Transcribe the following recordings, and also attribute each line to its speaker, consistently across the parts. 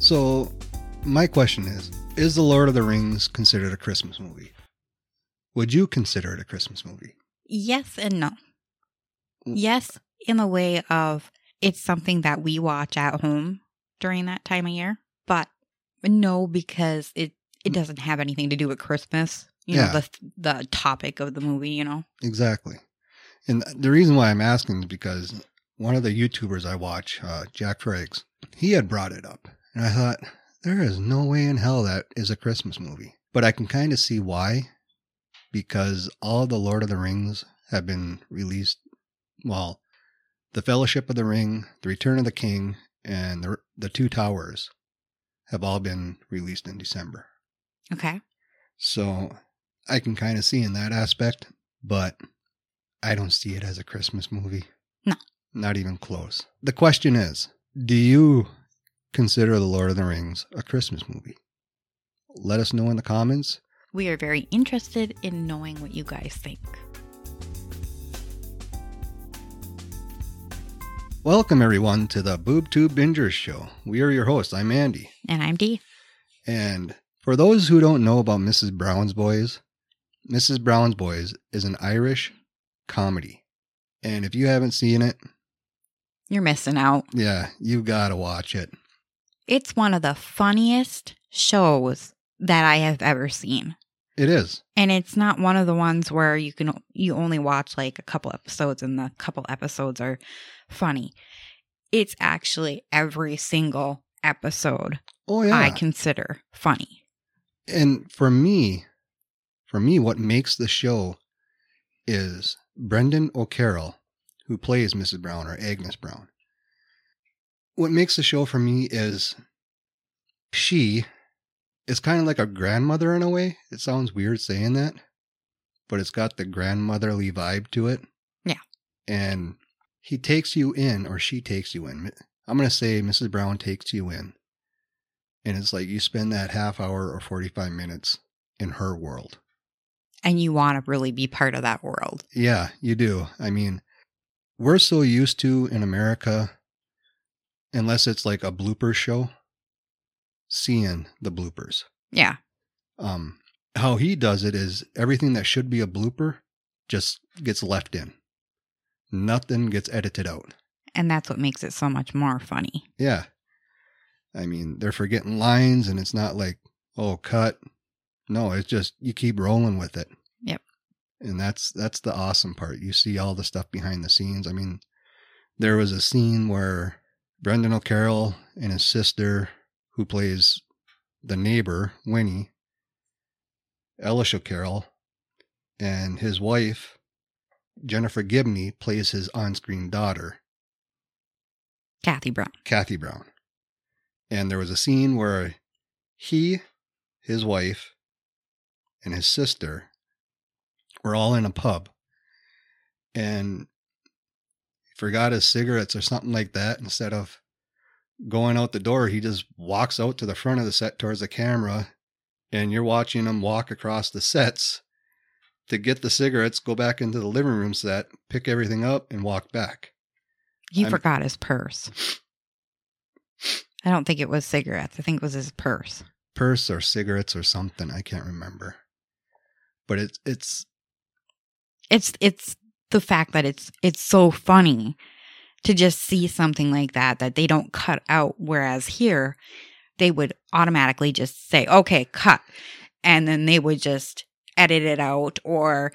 Speaker 1: So, my question is Is The Lord of the Rings considered a Christmas movie? Would you consider it a Christmas movie?
Speaker 2: Yes and no. Yes, in the way of it's something that we watch at home during that time of year, but no, because it it doesn't have anything to do with Christmas. You
Speaker 1: Yeah.
Speaker 2: know the the topic of the movie. You know.
Speaker 1: Exactly. And the reason why I'm asking is because one of the YouTubers I watch, uh, Jack Frakes, he had brought it up. And I thought, there is no way in hell that is a Christmas movie. But I can kind of see why. Because all the Lord of the Rings have been released. Well, The Fellowship of the Ring, The Return of the King, and The, the Two Towers have all been released in December.
Speaker 2: Okay.
Speaker 1: So I can kind of see in that aspect, but I don't see it as a Christmas movie.
Speaker 2: No.
Speaker 1: Not even close. The question is do you consider The Lord of the Rings a Christmas movie? Let us know in the comments.
Speaker 2: We are very interested in knowing what you guys think.
Speaker 1: Welcome, everyone, to the Boob Tube Bingers Show. We are your hosts. I'm Andy.
Speaker 2: And I'm Dee.
Speaker 1: And for those who don't know about Mrs. Brown's Boys, Mrs. Brown's Boys is an Irish comedy. And if you haven't seen it,
Speaker 2: You're missing out.
Speaker 1: yeah, you gotta watch it.
Speaker 2: It's one of the funniest shows that I have ever seen.
Speaker 1: It is.
Speaker 2: And it's not one of the ones where you can you only watch like a couple episodes and the couple episodes are funny. It's actually every single episode
Speaker 1: Oh yeah.
Speaker 2: I consider funny.
Speaker 1: and for me, for me, what makes the show is Brendan O'Carroll, who plays Mrs. Brown or Agnes Brown. What makes the show for me is she is kind of like a grandmother in a way. It sounds weird saying that, but it's got the grandmotherly vibe to it.
Speaker 2: Yeah.
Speaker 1: And he takes you in, or she takes you in. I'm going to say Mrs. Brown takes you in. And it's like you spend that half hour or 45 minutes in her world.
Speaker 2: And you want to really be part of that world.
Speaker 1: Yeah, you do. I mean, we're so used to in America, unless it's like a blooper show, seeing the bloopers.
Speaker 2: Yeah.
Speaker 1: Um, how he does it is everything that should be a blooper just gets left in, nothing gets edited out.
Speaker 2: And that's what makes it so much more funny.
Speaker 1: Yeah. I mean, they're forgetting lines and it's not like, oh, cut. No, it's just you keep rolling with it.
Speaker 2: Yep.
Speaker 1: And that's that's the awesome part. You see all the stuff behind the scenes. I mean, there was a scene where Brendan O'Carroll and his sister, who plays the neighbor, Winnie, Ellis O'Carroll, and his wife, Jennifer Gibney, plays his on screen daughter.
Speaker 2: Kathy Brown.
Speaker 1: Kathy Brown. And there was a scene where he, his wife, and his sister were all in a pub and he forgot his cigarettes or something like that. Instead of going out the door, he just walks out to the front of the set towards the camera and you're watching him walk across the sets to get the cigarettes, go back into the living room set, pick everything up, and walk back.
Speaker 2: He
Speaker 1: I'm-
Speaker 2: forgot his purse. I don't think it was cigarettes. I think it was his purse.
Speaker 1: purse or cigarettes or something. I can't remember. But it's it's
Speaker 2: it's it's the fact that it's it's so funny to just see something like that that they don't cut out whereas here they would automatically just say okay cut and then they would just edit it out or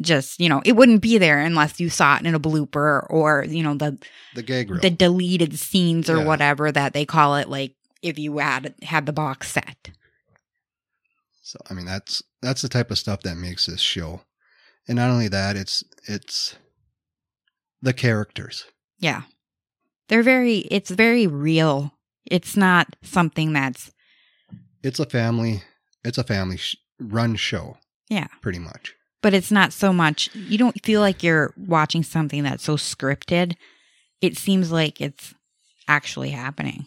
Speaker 2: just you know it wouldn't be there unless you saw it in a blooper or you know the
Speaker 1: the gag reel.
Speaker 2: the deleted scenes or
Speaker 1: Yeah.
Speaker 2: whatever that they call it like if you had had the box set
Speaker 1: so I mean that's that's the type of stuff that makes this show. And not only that, it's it's the characters.
Speaker 2: Yeah. They're very it's very real. It's not something that's
Speaker 1: It's a family. It's a family sh- run show.
Speaker 2: Yeah.
Speaker 1: pretty much.
Speaker 2: but it's not so much you don't feel like you're watching something that's so scripted. It seems like it's actually happening.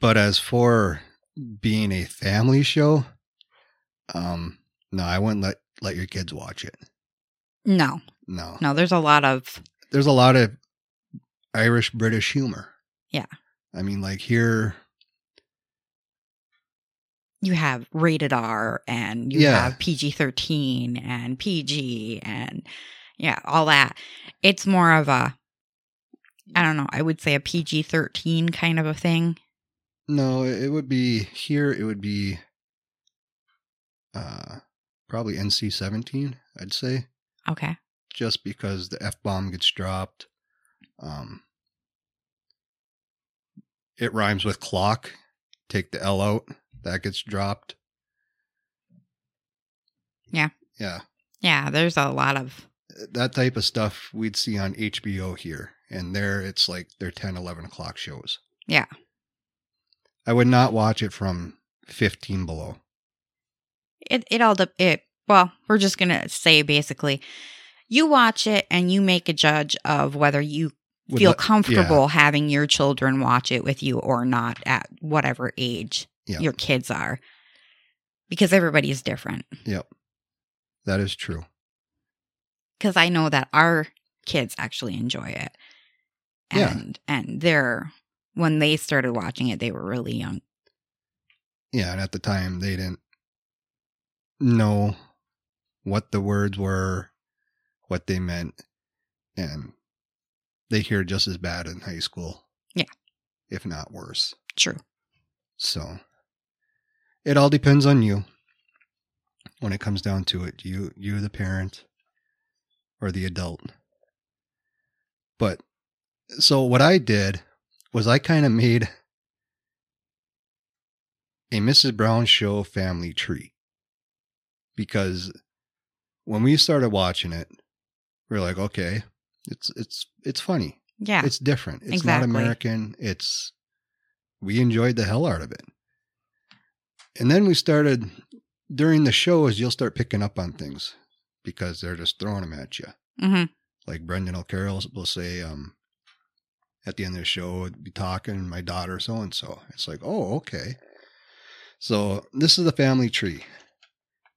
Speaker 1: But as for being a family show, um, no, I wouldn't let let your kids watch it.
Speaker 2: No.
Speaker 1: No,
Speaker 2: No, there's a lot of
Speaker 1: there's a lot of Irish British humor.
Speaker 2: Yeah.
Speaker 1: I mean, like here,
Speaker 2: You have rated R and you
Speaker 1: Yeah.
Speaker 2: have PG 13 and PG and yeah, all that. It's more of a, I don't know, I would say a PG 13 kind of a thing.
Speaker 1: no, it would be here. It would be uh, probably NC seventeen. I'd say
Speaker 2: Okay.
Speaker 1: just because the f bomb gets dropped. Um, it rhymes with clock. Take the L out. That gets dropped.
Speaker 2: Yeah.
Speaker 1: Yeah.
Speaker 2: Yeah, there's a lot of,
Speaker 1: that type of stuff we'd see on HBO here. And there it's like their 10, 11 o'clock shows.
Speaker 2: Yeah.
Speaker 1: I would not watch it from 15 below.
Speaker 2: it, it all, de- it, well, we're just going to say basically you watch it and you make a judge of whether you
Speaker 1: Would
Speaker 2: feel
Speaker 1: let-
Speaker 2: comfortable having your children watch it with you or not at whatever age
Speaker 1: Yeah.
Speaker 2: your kids are because everybody is different
Speaker 1: That is true.
Speaker 2: because i know that our kids actually enjoy it
Speaker 1: Yeah.
Speaker 2: and and they're when they started watching it they were really young
Speaker 1: Yeah. And at the time, they didn't know what the words were, what they meant. And they hear just as bad in high school.
Speaker 2: Yeah.
Speaker 1: If not worse.
Speaker 2: true
Speaker 1: So it all depends on you when it comes down to it. You you the parent or the adult. But so what I did was I kind of made a Mrs. Brown show family tree. Because when we started watching it, we are like, okay, it's it's it's funny
Speaker 2: yeah
Speaker 1: it's different. It's
Speaker 2: Exactly.
Speaker 1: not American. It's we enjoyed the hell out of it. And then we started during the show is you'll start picking up on things because they're just throwing them at you.
Speaker 2: hmm
Speaker 1: Like Brendan O'Carroll will say, um, at the end of the show, be talking my daughter so and so. It's like, oh, okay. So this is the family tree.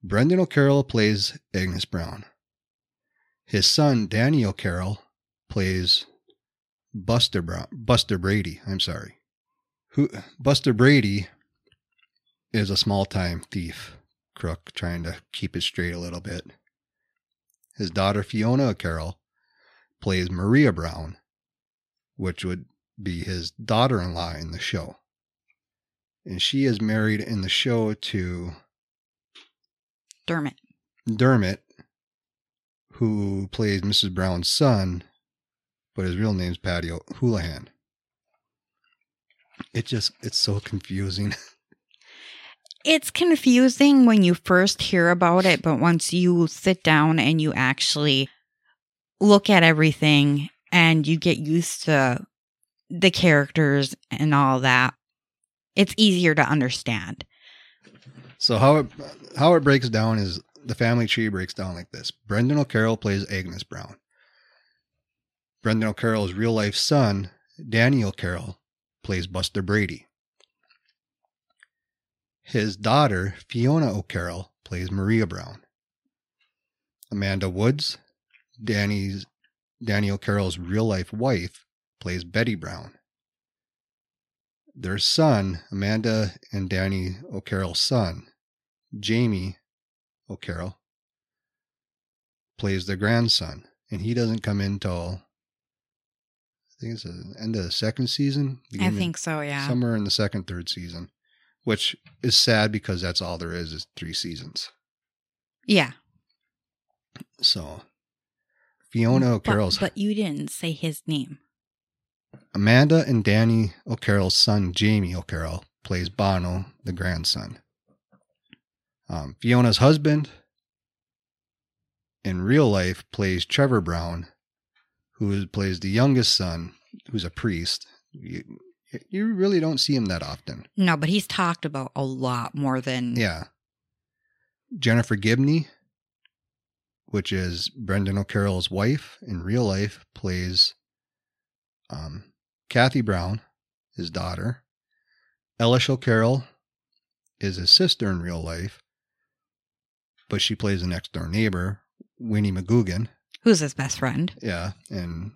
Speaker 1: Brendan O'Carroll plays Agnes Brown. His son Danny O'Carroll plays Buster Brown, Buster Brady. I'm sorry. Who Buster Brady is a small-time thief, crook, trying to keep it straight a little bit. His daughter Fiona O'Carroll plays Maria Brown, which would be his daughter-in-law in the show. And she is married in the show to
Speaker 2: dermot
Speaker 1: Dermot, who plays Mrs. Brown's son, but his real name's Patty Houlihan. It just it's so confusing.
Speaker 2: it's confusing when you first hear about it, but once you sit down and you actually look at everything and you get used to the characters and all that, it's easier to understand.
Speaker 1: So how it how it breaks down is the family tree breaks down like this. Brendan O'Carroll plays Agnes Brown. Brendan O'Carroll's real life son, Danny O'Carroll, plays Buster Brady. His daughter, Fiona O'Carroll, plays Maria Brown. Amanda Woods, Danny's Danny O'Carroll's real life wife, plays Betty Brown their son, Amanda and Danny O'Carroll's son, Jamie O'Carroll, plays their grandson, and he doesn't come in till I think it's the end of the second season.
Speaker 2: I
Speaker 1: beginning-
Speaker 2: think so, yeah.
Speaker 1: somewhere in the second, third season, which is sad because that's all there is is three seasons.
Speaker 2: yeah.
Speaker 1: So Fiona O'Carroll's
Speaker 2: Mm, But, but you didn't say his name.
Speaker 1: Amanda and Danny O'Carroll's son, Jamie O'Carroll, plays Bono, the grandson. Um, Fiona's husband in real life plays Trevor Brown, who is- plays the youngest son, who's a priest. You, you really don't see him that often.
Speaker 2: No, but he's talked about a lot more than
Speaker 1: Yeah. Jennifer Gibney, which is Brendan O'Carroll's wife in real life, plays um, Kathy Brown, his daughter. Elish O'Carroll is his sister in real life, but she plays the next door neighbor, Winnie McGugan.
Speaker 2: who's his best friend.
Speaker 1: Yeah. And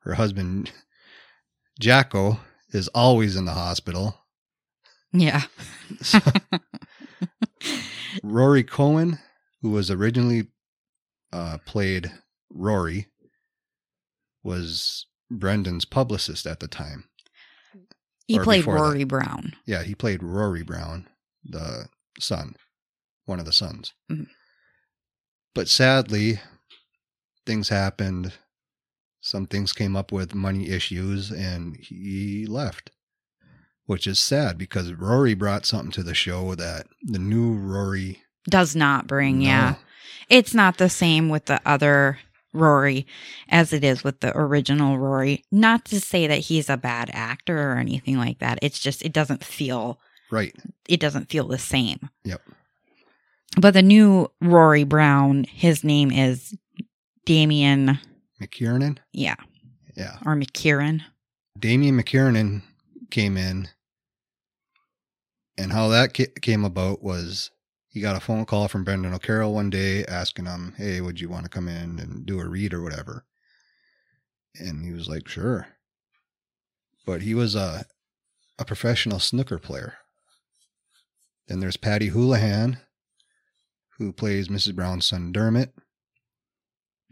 Speaker 1: her husband, Jacko is always in the hospital.
Speaker 2: Yeah.
Speaker 1: So Rory Cohen, who was originally uh, played Rory, was Brendan's publicist at the time.
Speaker 2: He
Speaker 1: Or
Speaker 2: played
Speaker 1: before that.
Speaker 2: Rory Brown.
Speaker 1: Yeah, he played Rory Brown, the son, one of the sons.
Speaker 2: Mhm.
Speaker 1: But sadly, things happened. Some things came up with money issues, and he left, which is sad because Rory brought something to the show that the new Rory.
Speaker 2: Does not bring,
Speaker 1: No.
Speaker 2: yeah. It's not the same with the other Rory as it is with the original Rory. Not to say that he's a bad actor or anything like that. It's just it doesn't feel
Speaker 1: Right.
Speaker 2: it doesn't feel the same.
Speaker 1: Yep.
Speaker 2: But the new Rory Brown, his name is Damien,
Speaker 1: McKiernan.
Speaker 2: yeah,
Speaker 1: Yeah.
Speaker 2: or McKieran.
Speaker 1: Damien McKiernan came in, and how that ca- came about was he got a phone call from Brendan O'Carroll one day asking him, "Hey, would you want to come in and do a read or whatever?" And he was like, "Sure," but he was a a professional snooker player. Then there's Patty Houlihan, who plays Mrs. Brown's son Dermot.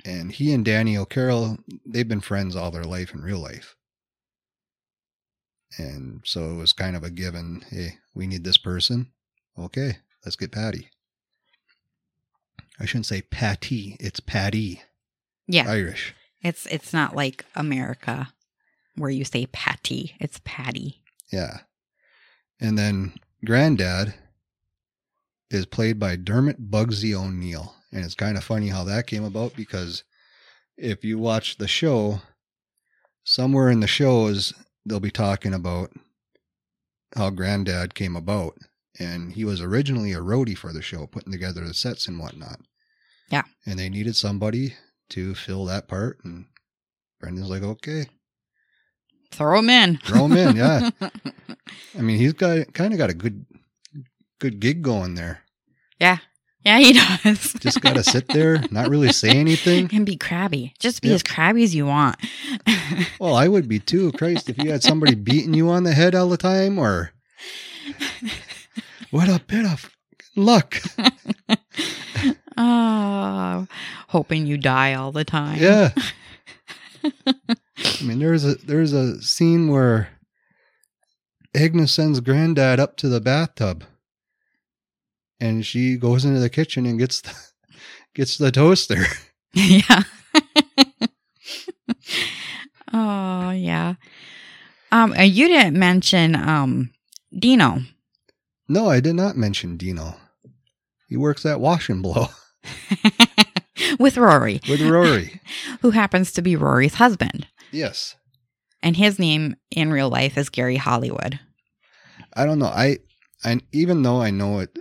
Speaker 1: And he and Danny O'Carroll, they've been friends all their life in real life. And so it was kind of a given hey, we need this person. Okay, let's get Patty. I shouldn't say Patty, it's Patty,
Speaker 2: Yeah,
Speaker 1: Irish.
Speaker 2: it's it's not like America where you say patty. It's patty.
Speaker 1: Yeah. And then Granddad is played by Dermot Bugsy O'Neill. And it's kind of funny how that came about because if you watch the show, somewhere in the shows, they'll be talking about how Granddad came about. And he was originally a roadie for the show, putting together the sets and whatnot.
Speaker 2: Yeah.
Speaker 1: And they needed somebody to fill that part. And Brendan's like, okay,
Speaker 2: Throw him in.
Speaker 1: throw him in. Yeah. I mean, he's got kind of got a good good gig going there.
Speaker 2: yeah, he does.
Speaker 1: Just got to sit there, not really say anything.
Speaker 2: and be crabby. Just be
Speaker 1: Yep.
Speaker 2: as crabby as you want.
Speaker 1: Well, I would be too, Christ, if you had somebody beating you on the head all the time or what a bit of luck.
Speaker 2: oh, hoping you die all the time.
Speaker 1: Yeah. I mean, there's a there's a scene where Agnes sends granddad up to the bathtub, and she goes into the kitchen and gets the, gets the toaster.
Speaker 2: yeah. oh yeah. Um, and you didn't mention um Dino.
Speaker 1: No, I did not mention Dino. He works at Wash and Blow
Speaker 2: with Rory,
Speaker 1: with Rory.
Speaker 2: who happens to be Rory's husband.
Speaker 1: yes.
Speaker 2: And his name in real life is Gary Hollywood.
Speaker 1: I don't know. I and even though I know it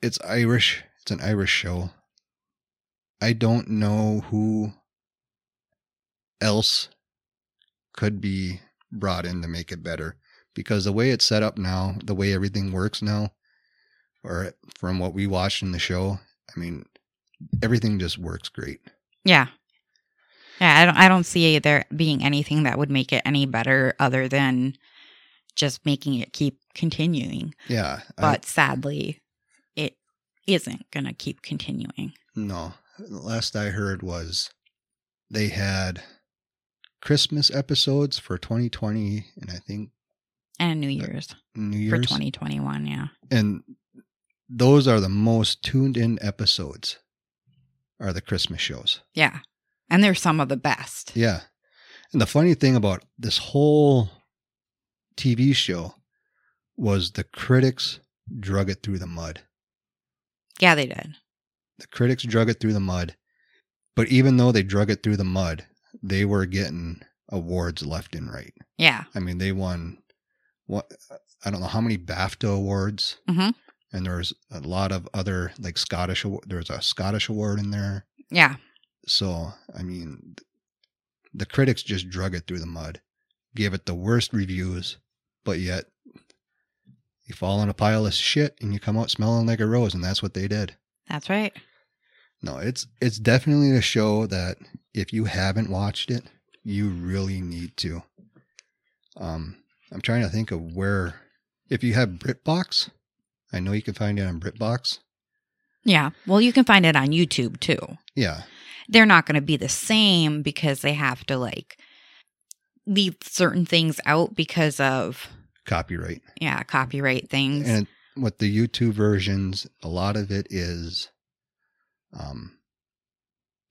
Speaker 1: it's Irish, it's an Irish show. I don't know who else could be brought in to make it better because the way it's set up now, the way everything works now or from what we watched in the show, I mean, everything just works great.
Speaker 2: Yeah. Yeah, I don't I don't see there being anything that would make it any better other than just making it keep continuing.
Speaker 1: Yeah. I-
Speaker 2: But sadly, it isn't going to keep continuing.
Speaker 1: No. The last I heard was they had Christmas episodes for 2020 and I think
Speaker 2: And New Year's
Speaker 1: New
Speaker 2: for
Speaker 1: Year's.
Speaker 2: 2021, yeah.
Speaker 1: And those are the most tuned in episodes are the Christmas shows.
Speaker 2: Yeah. And they're some of the best.
Speaker 1: Yeah. And the funny thing about this whole TV show was the critics drug it through the mud.
Speaker 2: Yeah, they did.
Speaker 1: The critics drug it through the mud. But even though they drug it through the mud, they were getting awards left and right.
Speaker 2: Yeah.
Speaker 1: I mean, they won what I don't know how many BAFTA awards,
Speaker 2: Mhm.
Speaker 1: and there was a lot of other like Scottish. awa- There was a Scottish award in there,
Speaker 2: Yeah.
Speaker 1: so I mean, the critics just drug it through the mud, gave it the worst reviews, but yet you fall in a pile of shit and you come out smelling like a rose, and that's what they did.
Speaker 2: That's right.
Speaker 1: No, it's it's definitely a show that if you haven't watched it, you really need to. Um, I'm trying to think of where, if you have BritBox, I know you can find it on BritBox.
Speaker 2: Yeah. Well, you can find it on YouTube too.
Speaker 1: Yeah,
Speaker 2: They're not going to be the same because they have to like leave certain things out because of,
Speaker 1: copyright.
Speaker 2: yeah, copyright things.
Speaker 1: And it, with the YouTube versions, a lot of it is um,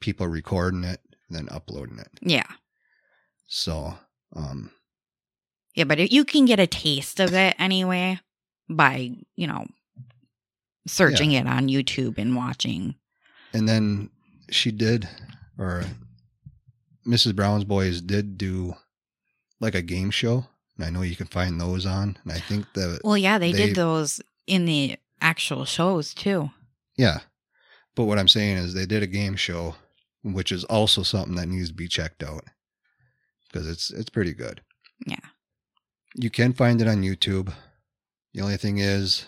Speaker 1: people recording it, then uploading it.
Speaker 2: yeah.
Speaker 1: So, um,
Speaker 2: Yeah, but it, you can get a taste of it anyway by, you know, searching it on YouTube and watching.
Speaker 1: and then she did, or Mrs. Brown's Boys did do like a game show. And I know you can find those on. And I think the,
Speaker 2: Well, yeah, they,
Speaker 1: They-
Speaker 2: did those in the actual shows too.
Speaker 1: yeah. But what I'm saying is they did a game show, which is also something that needs to be checked out because it's it's pretty good.
Speaker 2: Yeah.
Speaker 1: You can find it on YouTube. The only thing is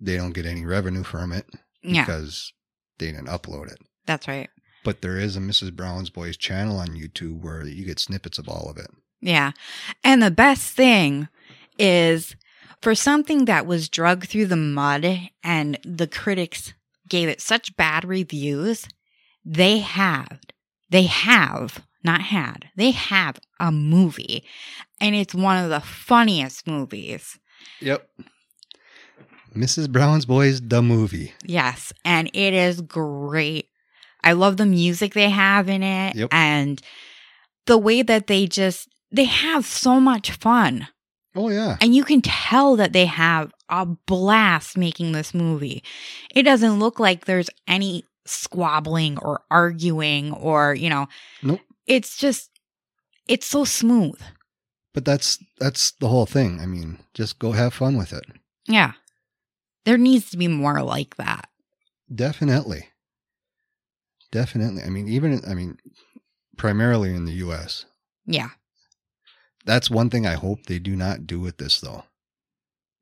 Speaker 1: they don't get any revenue from it
Speaker 2: Yeah,
Speaker 1: because they didn't upload it.
Speaker 2: that's right.
Speaker 1: But there is a Mrs. Brown's Boys channel on YouTube where you get snippets of all of it.
Speaker 2: Yeah. And the best thing is for something that was dragged through the mud and the critics gave it such bad reviews, they had, they have, not had, they have a movie. And it's one of the funniest movies.
Speaker 1: Yep. Mrs. Brown's Boys, the movie.
Speaker 2: Yes, and it is great. I love the music they have in it
Speaker 1: Yep.
Speaker 2: and the way that they just they have so much fun.
Speaker 1: Oh, yeah.
Speaker 2: And you can tell that they have a blast making this movie. It doesn't look like there's any squabbling or arguing or, you know,
Speaker 1: Nope.
Speaker 2: it's just it's so smooth.
Speaker 1: But that's that's the whole thing. I mean, just go have fun with it.
Speaker 2: Yeah. There needs to be more like that.
Speaker 1: Definitely. Definitely. I mean, even I mean, primarily in the US.
Speaker 2: Yeah.
Speaker 1: That's one thing I hope they do not do with this though.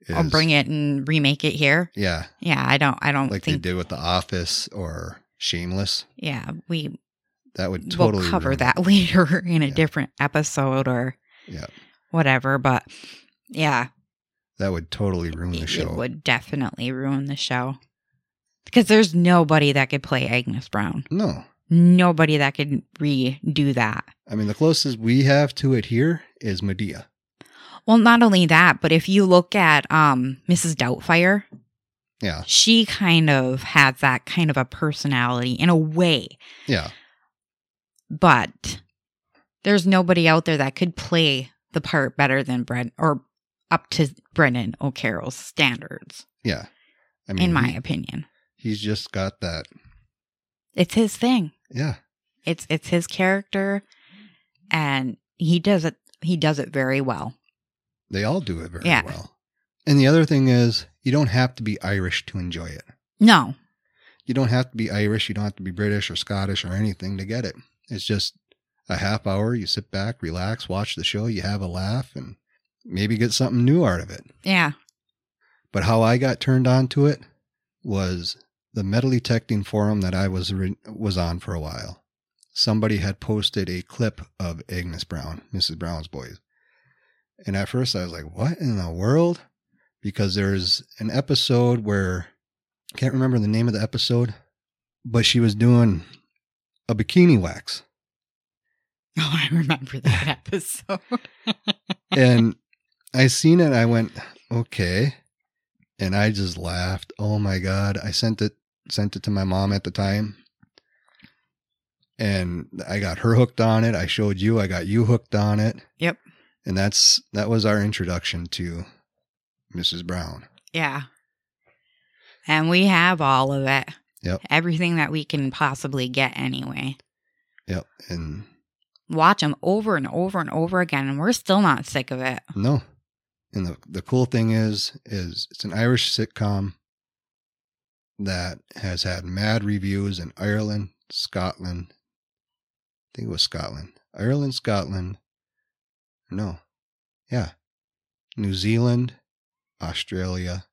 Speaker 2: I'll Oh, bring it and remake it here.
Speaker 1: Yeah.
Speaker 2: Yeah, I don't I don't
Speaker 1: Like
Speaker 2: think
Speaker 1: they did with The Office or Shameless.
Speaker 2: yeah, we
Speaker 1: That would totally
Speaker 2: we'll cover
Speaker 1: ruin-
Speaker 2: that later in a
Speaker 1: Yeah.
Speaker 2: different episode or
Speaker 1: Yeah.
Speaker 2: whatever. But yeah,
Speaker 1: That would totally ruin the
Speaker 2: it-
Speaker 1: show.
Speaker 2: It would definitely ruin the show. Because there's nobody that could play Agnes Brown.
Speaker 1: No.
Speaker 2: Nobody that could redo that.
Speaker 1: I mean the closest we have to it here is Medea.
Speaker 2: Well, not only that, but if you look at um, Mrs. Doubtfire,
Speaker 1: Yeah.
Speaker 2: she kind of has that kind of a personality in a way,
Speaker 1: Yeah.
Speaker 2: but there's nobody out there that could play the part better than Brent or up to Brennan O'Carroll's standards,
Speaker 1: Yeah. I mean
Speaker 2: in my
Speaker 1: he-
Speaker 2: opinion.
Speaker 1: he's just got that
Speaker 2: It's his thing.
Speaker 1: yeah.
Speaker 2: It's it's his character, and he does it. He does it very well.
Speaker 1: They all do it very
Speaker 2: Yeah.
Speaker 1: well. And the other thing is you don't have to be Irish to enjoy it.
Speaker 2: No,
Speaker 1: you don't have to be Irish, you don't have to be British or Scottish or anything to get it. It's just a half hour, you sit back, relax, watch the show, you have a laugh and maybe get something new out of it.
Speaker 2: yeah,
Speaker 1: But how I got turned on to it was the metal detecting forum that I was re- was on for a while. Somebody had posted a clip of Agnes Brown, Mrs. Brown's boys. And at first I was like, "What in the world?" Because there's an episode where I can't remember the name of the episode, but she was doing a bikini wax.
Speaker 2: oh, I remember that episode.
Speaker 1: and I seen it. I went, okay. And I just laughed. Oh my God. I sent it, sent it to my mom at the time. And I got her hooked on it. I showed you, I got you hooked on it.
Speaker 2: Yep.
Speaker 1: And that's, that was our introduction to Mrs. Brown.
Speaker 2: Yeah, and we have all of it.
Speaker 1: Yep.
Speaker 2: everything that we can possibly get anyway.
Speaker 1: Yep. And
Speaker 2: Watch them over and over and over again, and we're still not sick of it.
Speaker 1: no. And the, the cool thing is, is it's an Irish sitcom that has had mad reviews in Ireland, Scotland. I think it was Scotland. Ireland, Scotland. No. Yeah. New Zealand, Australia.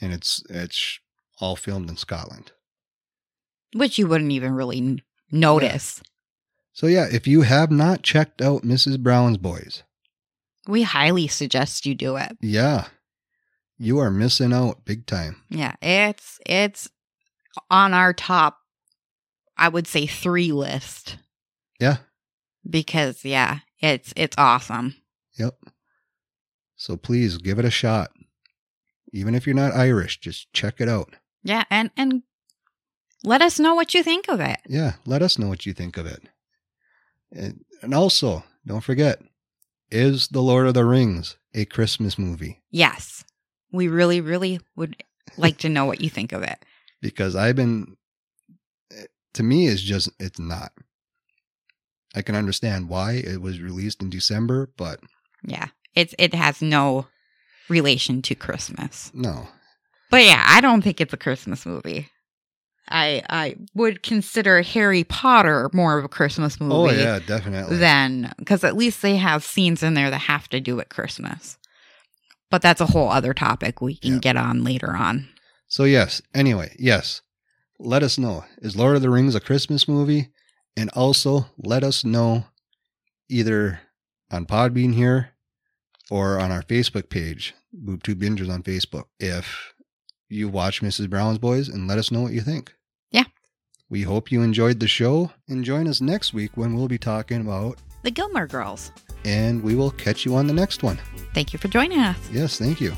Speaker 1: And it's it's all filmed in Scotland.
Speaker 2: Which you wouldn't even really n- notice.
Speaker 1: So, yeah, if you have not checked out Mrs. Brown's Boys,
Speaker 2: We highly suggest you do it.
Speaker 1: yeah, you are missing out big time.
Speaker 2: Yeah, it's it's on our top I would say 3 list
Speaker 1: Yeah.
Speaker 2: because yeah, it's it's awesome.
Speaker 1: Yep. So please give it a shot. Even if you're not Irish, just check it out.
Speaker 2: Yeah, and and let us know what you think of it.
Speaker 1: Yeah, let us know what you think of it. And, and also, don't forget, is The Lord of the Rings a Christmas movie?
Speaker 2: Yes. We really really would like to know what you think of it.
Speaker 1: Because I've been eh, to me it's just it's not. I can understand why it was released in December, but
Speaker 2: Yeah. It's it has no relation to Christmas.
Speaker 1: no.
Speaker 2: But yeah, I don't think it's a Christmas movie. I I would consider Harry Potter more of a Christmas movie
Speaker 1: Oh yeah, definitely.
Speaker 2: than because at least they have scenes in there that have to do with Christmas. But that's a whole other topic we can
Speaker 1: Yeah.
Speaker 2: get on later on.
Speaker 1: So yes. Anyway, yes. Let us know. Is Lord of the Rings a Christmas movie? And also let us know either on Podbean here or on our Facebook page, BoobTube Bingers on Facebook, if you watch Mrs. Brown's Boys and let us know what you think.
Speaker 2: Yeah.
Speaker 1: We hope you enjoyed the show and join us next week when we'll be talking about
Speaker 2: The Gilmore Girls.
Speaker 1: and we will catch you on the next one.
Speaker 2: Thank you for joining us.
Speaker 1: Yes, thank you.